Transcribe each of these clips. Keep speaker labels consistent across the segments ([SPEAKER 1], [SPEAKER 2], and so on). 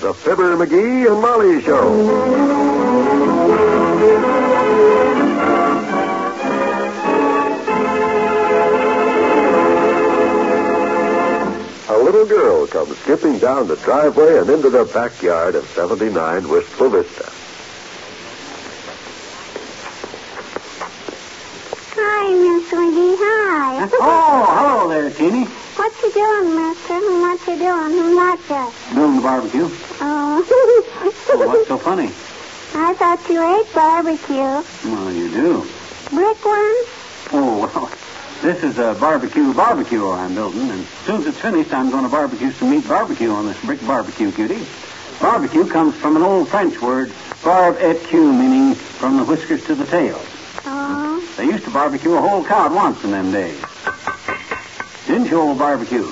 [SPEAKER 1] The Fibber, McGee, and Molly Show. A little girl comes skipping down the driveway and into the backyard of 79 Wistful Vista.
[SPEAKER 2] Hi, Miss McGee. Hi.
[SPEAKER 3] Oh, hello there, Teeny.
[SPEAKER 2] What you doing, Mister? What you doing? What
[SPEAKER 3] Doing the barbecue?
[SPEAKER 2] Oh.
[SPEAKER 3] Well, what's so funny?
[SPEAKER 2] I thought you ate barbecue.
[SPEAKER 3] Well, you do.
[SPEAKER 2] Brick one?
[SPEAKER 3] Oh, well, this is a barbecue barbecue I'm building, and as soon as it's finished, I'm going to barbecue some meat barbecue on this brick barbecue, cutie. Barbecue comes from an old French word, barbe et queue, meaning from the whiskers to the tail.
[SPEAKER 2] Oh.
[SPEAKER 3] They used to barbecue a whole cow at once in them days. Didn't you, old barbecue?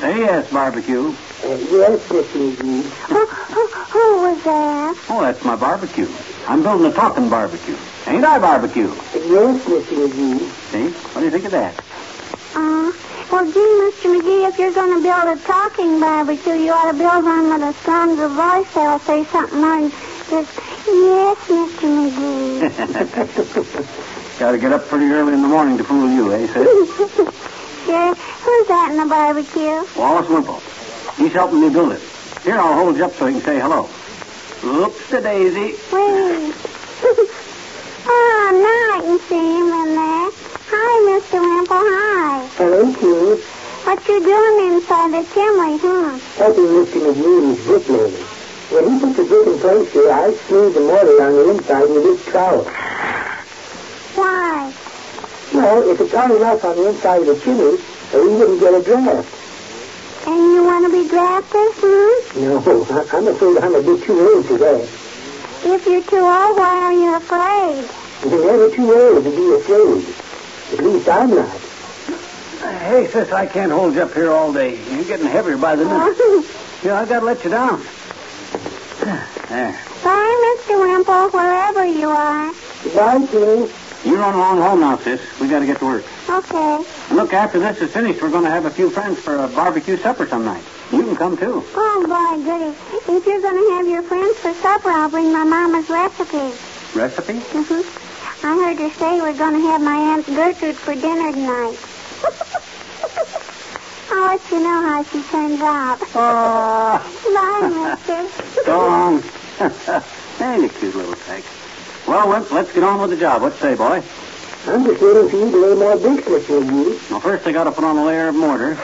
[SPEAKER 3] Say yes, barbecue.
[SPEAKER 4] yes, Miss McGee.
[SPEAKER 2] who, who, who was that?
[SPEAKER 3] Oh, that's my barbecue. I'm building a talking barbecue. Ain't I barbecue?
[SPEAKER 4] Yes, Miss McGee.
[SPEAKER 3] See? What do you think of that?
[SPEAKER 2] Uh, well, gee, Mr. McGee, if you're going to build a talking barbecue, you ought to build one with a stronger voice that'll say something like this. Yes, Mr. McGee.
[SPEAKER 3] Gotta get up pretty early in the morning to fool you, eh, Sid?
[SPEAKER 2] Sure. Who's that in the barbecue?
[SPEAKER 3] Wallace Wimple. He's helping me build it. Here, I'll hold you up so you can say hello. Oops, the daisy.
[SPEAKER 2] Wait. oh, now I can see him in there. Hi, Mr. Wimple. Hi.
[SPEAKER 4] Hello, Kate.
[SPEAKER 2] What you doing inside the chimney, huh?
[SPEAKER 4] Helping Mr. McGee is brick laying. When he put the brick in place here, I screwed the mortar on the inside with this trowel.
[SPEAKER 2] Why?
[SPEAKER 4] Well, if it's hot enough on the inside of the chimney, uh, we wouldn't get a draft.
[SPEAKER 2] And you want to be drafted, hmm?
[SPEAKER 4] No, I- I'm afraid I'm a bit too old for that.
[SPEAKER 2] If you're too old, why are you afraid?
[SPEAKER 4] You're never too old to be afraid. At least I'm not.
[SPEAKER 3] Hey, sis, I can't hold you up here all day. You're getting heavier by the minute. Yeah, I've got to let you down. There.
[SPEAKER 2] Bye, Mr. Wimple, wherever you are.
[SPEAKER 4] Goodbye, Kate.
[SPEAKER 3] You run along home now, sis. We got to get to work.
[SPEAKER 2] Okay.
[SPEAKER 3] Look, after this is finished, we're going to have a few friends for a barbecue supper some night. You can come too.
[SPEAKER 2] Oh, boy, goody. If you're going to have your friends for supper, I'll bring my mama's recipe.
[SPEAKER 3] Recipe?
[SPEAKER 2] hmm I heard her say we're going to have my Aunt Gertrude for dinner tonight. I'll let you know how she turns out.
[SPEAKER 3] Ah.
[SPEAKER 2] Bye, mister.
[SPEAKER 3] Go on. Ain't a cute little thing. Well, Wimp, let's get on with the job. What say, boy?
[SPEAKER 4] I'm just waiting for you to lay more bricks, Miss McGee.
[SPEAKER 3] Now, first I got to put on a layer of mortar.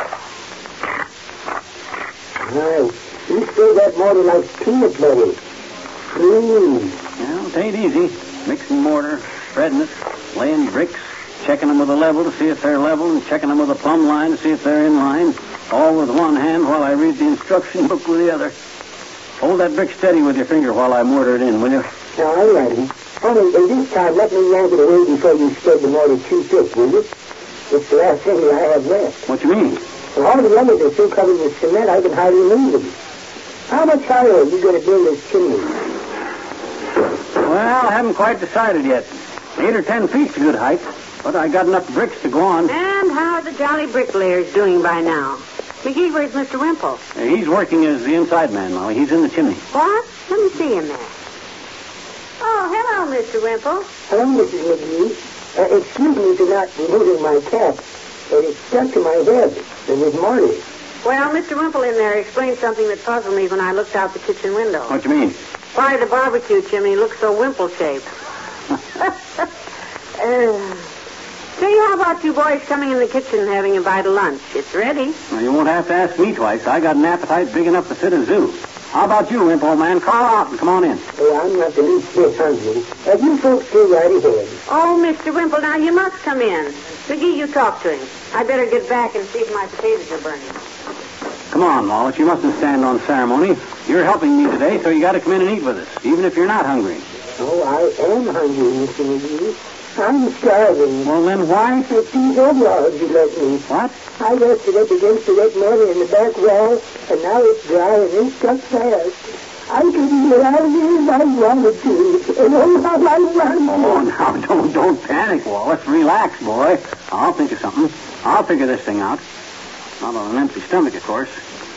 [SPEAKER 4] Right. You stir that mortar like peanut butter. Clean.
[SPEAKER 3] Well, it ain't easy. Mixing mortar, spreading it, laying bricks, checking them with a level to see if they're level, and checking them with a plumb line to see if they're in line. All with one hand while I read the instruction book with the other. Hold that brick steady with your finger while I mortar it in, will you?
[SPEAKER 4] Now, I'm ready. Honey, and this time, let me yank it away before you spread the mortar too thick, will you? It's the last thing I have left.
[SPEAKER 3] What you mean?
[SPEAKER 4] And all the numbers are so covered with cement, I can hardly move them. How much higher are you going to build this chimney?
[SPEAKER 3] Well, I haven't quite decided yet. Eight or ten feet's a good height, but I got enough bricks to go on.
[SPEAKER 5] And how are the jolly bricklayers doing by now? McGee, where's Mr. Wimple?
[SPEAKER 3] He's working as the inside man, Molly. He's in the chimney.
[SPEAKER 5] What? Let me see him there. Oh, hello, Mr. Wimple.
[SPEAKER 4] Hello, Mrs. McGee. Uh, excuse me for not removing my cap. But it's stuck to my head. It was mortar.
[SPEAKER 5] Well, Mr. Wimple in there explained something that puzzled me when I looked out the kitchen window.
[SPEAKER 3] What you mean?
[SPEAKER 5] Why the barbecue chimney looks so wimple shaped. uh, tell you how about you boys coming in the kitchen and having a bite of lunch? It's ready.
[SPEAKER 3] Well, you won't have to ask me twice. I got an appetite big enough to fit a zoo. How about you, Wimp, old man? Call out and come on in.
[SPEAKER 4] Hey, Oh, I'm not the least bit hungry. Uh, you folks go right ahead.
[SPEAKER 5] Oh, Mr. Wimple, now you must come in. McGee, you talk to him. I better get back and see if my potatoes are burning.
[SPEAKER 3] Come on, Wallace. You mustn't stand on ceremony. You're helping me today, so you got to come in and eat with us, even if you're not hungry.
[SPEAKER 4] Oh, I am hungry, Mr. McGee. I'm starving.
[SPEAKER 3] Well, then why?
[SPEAKER 4] If these overalls you let me,
[SPEAKER 3] What?
[SPEAKER 4] I rested up against the wet mortar in the back wall, and now it's dry and it's stuck fast. I couldn't get out of here if I wanted to. And oh, how I
[SPEAKER 3] Oh,
[SPEAKER 4] wanted to.
[SPEAKER 3] now don't don't panic, Wallace. Relax, boy. I'll think of something. I'll figure this thing out. Not on an empty stomach, of course.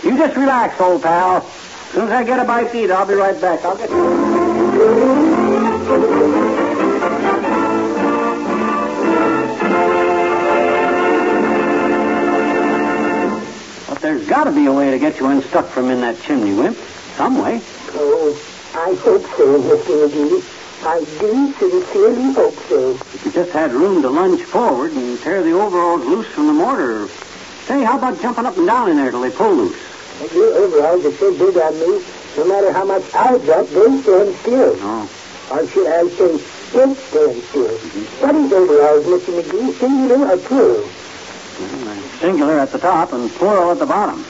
[SPEAKER 3] You just relax, old pal. As soon as I get a bite to eat, I'll be right back. I'll get you.
[SPEAKER 4] Oh,
[SPEAKER 3] But there's got to be a way to get you unstuck from in that chimney, Wimp. Some way.
[SPEAKER 4] Oh, I hope so, Mr. McGee. I do sincerely hope so.
[SPEAKER 3] If you just had room to lunge forward and tear the overalls loose from the mortar. Say, how about jumping up and down in there till they pull loose?
[SPEAKER 4] And Your overalls are so big on me, no matter how much I drop, they stand still.
[SPEAKER 3] No.
[SPEAKER 4] Or should I say, don't stand still. What is overalls, Mr. McGee? Singular or plural?
[SPEAKER 3] Well, they're Singular at the top and plural at the bottom.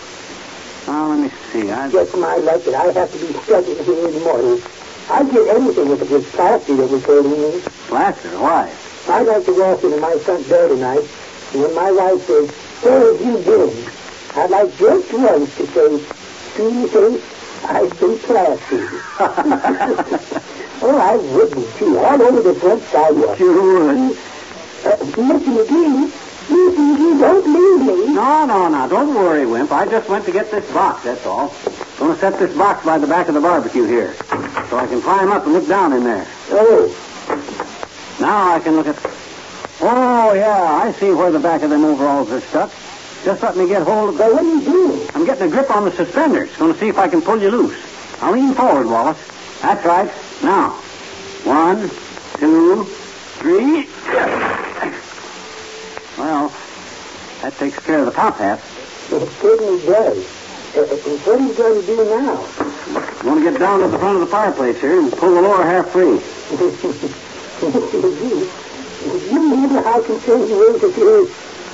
[SPEAKER 3] Now, let me see. I...
[SPEAKER 4] Just my luck that I have to be studying here in the morning. I'd get anything if it was classy that was holding me.
[SPEAKER 3] Plaster, why?
[SPEAKER 4] I like to walk into my front door tonight, and when my wife says, where have you been? I'd like just once to say, see, say, I've been classy. oh, I would be, too, all over the front sidewalk.
[SPEAKER 3] You would.
[SPEAKER 4] Uh, Mr. McGee, Mr. McGee, don't leave me.
[SPEAKER 3] No, no, no. Don't worry, Wimp. I just went to get this box, that's all. Gonna set this box by the back of the barbecue here. So I can climb up and look down in there.
[SPEAKER 4] Oh,
[SPEAKER 3] Now I can look at. Oh, yeah, I see where the back of them overalls are stuck. Just let me get hold of
[SPEAKER 4] but
[SPEAKER 3] the.
[SPEAKER 4] what are you doing?
[SPEAKER 3] I'm getting a grip on the suspenders. Going to see if I can pull you loose. Now lean forward, Wallace. That's right. Now. One, two, three. Well, that takes care of the top half.
[SPEAKER 4] It certainly does. Uh, uh, what are you going to do now?
[SPEAKER 3] You want to get down to the front of the fireplace here and pull the lower half free.
[SPEAKER 4] you remember how concerned you were that your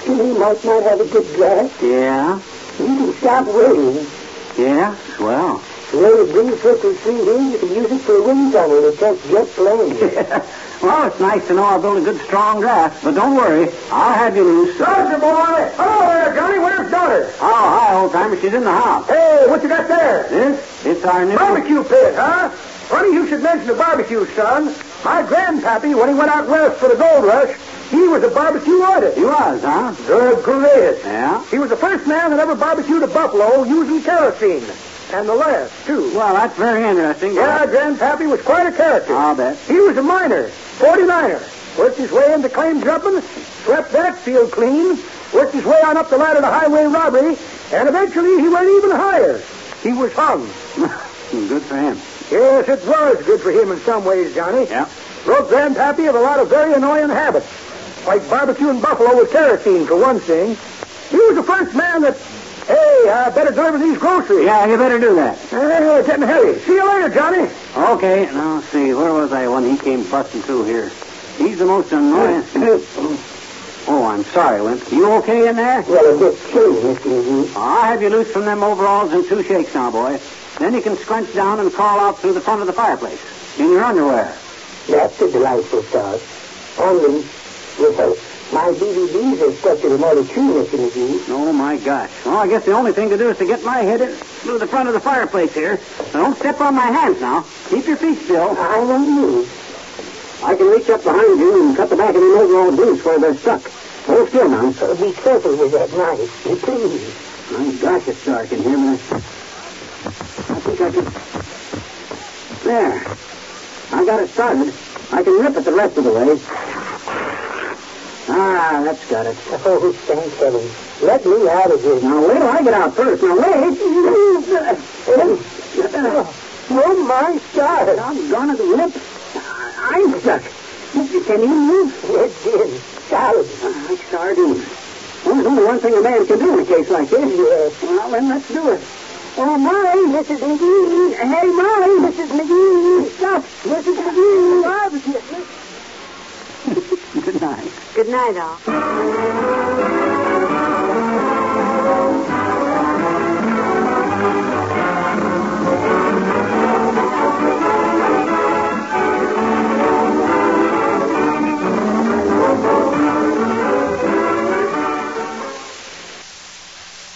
[SPEAKER 4] Jimmy might not have a good draft?
[SPEAKER 3] Yeah?
[SPEAKER 4] You can stop waiting.
[SPEAKER 3] Yeah? Swell.
[SPEAKER 4] Wait a brief circle three here, you can use it for a wind tunnel to test jet planes.
[SPEAKER 3] well, it's nice to know I built a good, strong draft, but don't worry. I'll have you loose.
[SPEAKER 6] Dodger boy! Hello there, Johnny. Where's daughter?
[SPEAKER 3] Oh, hi, old timer. She's in the house.
[SPEAKER 6] Hey, what you got there?
[SPEAKER 3] This? It's our new
[SPEAKER 6] Barbecue pit, huh? Funny you should mention the barbecue, son. My grandpappy, when he went out west for the gold rush, he was a barbecue artist.
[SPEAKER 3] He was, huh?
[SPEAKER 6] The greatest.
[SPEAKER 3] Yeah.
[SPEAKER 6] He was the first man that ever barbecued a buffalo using kerosene. And the last, too.
[SPEAKER 3] Well, that's very interesting.
[SPEAKER 6] Yeah, grandpappy was quite a character.
[SPEAKER 3] I'll bet.
[SPEAKER 6] He was a miner, 49er. Worked his way into claim jumping, swept that field clean, worked his way on up the ladder to highway robbery, and eventually he went even higher. He was hung.
[SPEAKER 3] good for him.
[SPEAKER 6] Yes, it was good for him in some ways, Johnny.
[SPEAKER 3] Yeah.
[SPEAKER 6] Broke Grandpappy of a lot of very annoying habits, like barbecuing buffalo with kerosene, for one thing. He was the first man that, hey, I better deliver these groceries.
[SPEAKER 3] Yeah, you better do that.
[SPEAKER 6] Hey, getting heavy. See you later, Johnny.
[SPEAKER 3] Okay, now let's see. Where was I when he came busting through here? He's the most annoying. oh, I'm sorry, Wimp. You okay in there?
[SPEAKER 4] well, a bit chilly, Mr. McGee.
[SPEAKER 3] I'll Ah, have you loose from them overalls in two shakes now, boy. Then you can scrunch down and crawl out through the front of the fireplace in your underwear.
[SPEAKER 4] That's a delightful thought. Only, well, my DVDs are stuck to the motor too, Mr. McGee.
[SPEAKER 3] Oh, my gosh. Well, I guess the only thing to do is to get my head in through the front of the fireplace here. Now, don't step on my hands now. Keep your feet still.
[SPEAKER 4] I won't move.
[SPEAKER 3] I can reach up behind you and cut the back of the overall boots where they're stuck. Hold still now.
[SPEAKER 4] Uh, be careful with that knife, please.
[SPEAKER 3] My gosh, it's dark in here, but I, I think I can... There. I got it started. I can rip it the rest of the way. Ah, that's got it.
[SPEAKER 4] Oh, thank heaven. Let me out of here.
[SPEAKER 3] Now, wait till I get out first. Now, wait.
[SPEAKER 4] Oh, my God.
[SPEAKER 3] Doggone it, Lip. I'm stuck. Can you move?
[SPEAKER 4] It's in. Solid.
[SPEAKER 3] Like sardines. Well, there's only one thing a man can do in a case like this. Yes. Well, then let's do it.
[SPEAKER 2] Oh, my, Mrs. McGee. Hey, my, Mrs. McGee. Stop, Mrs. McGee.
[SPEAKER 3] Good night.
[SPEAKER 5] Good night, all.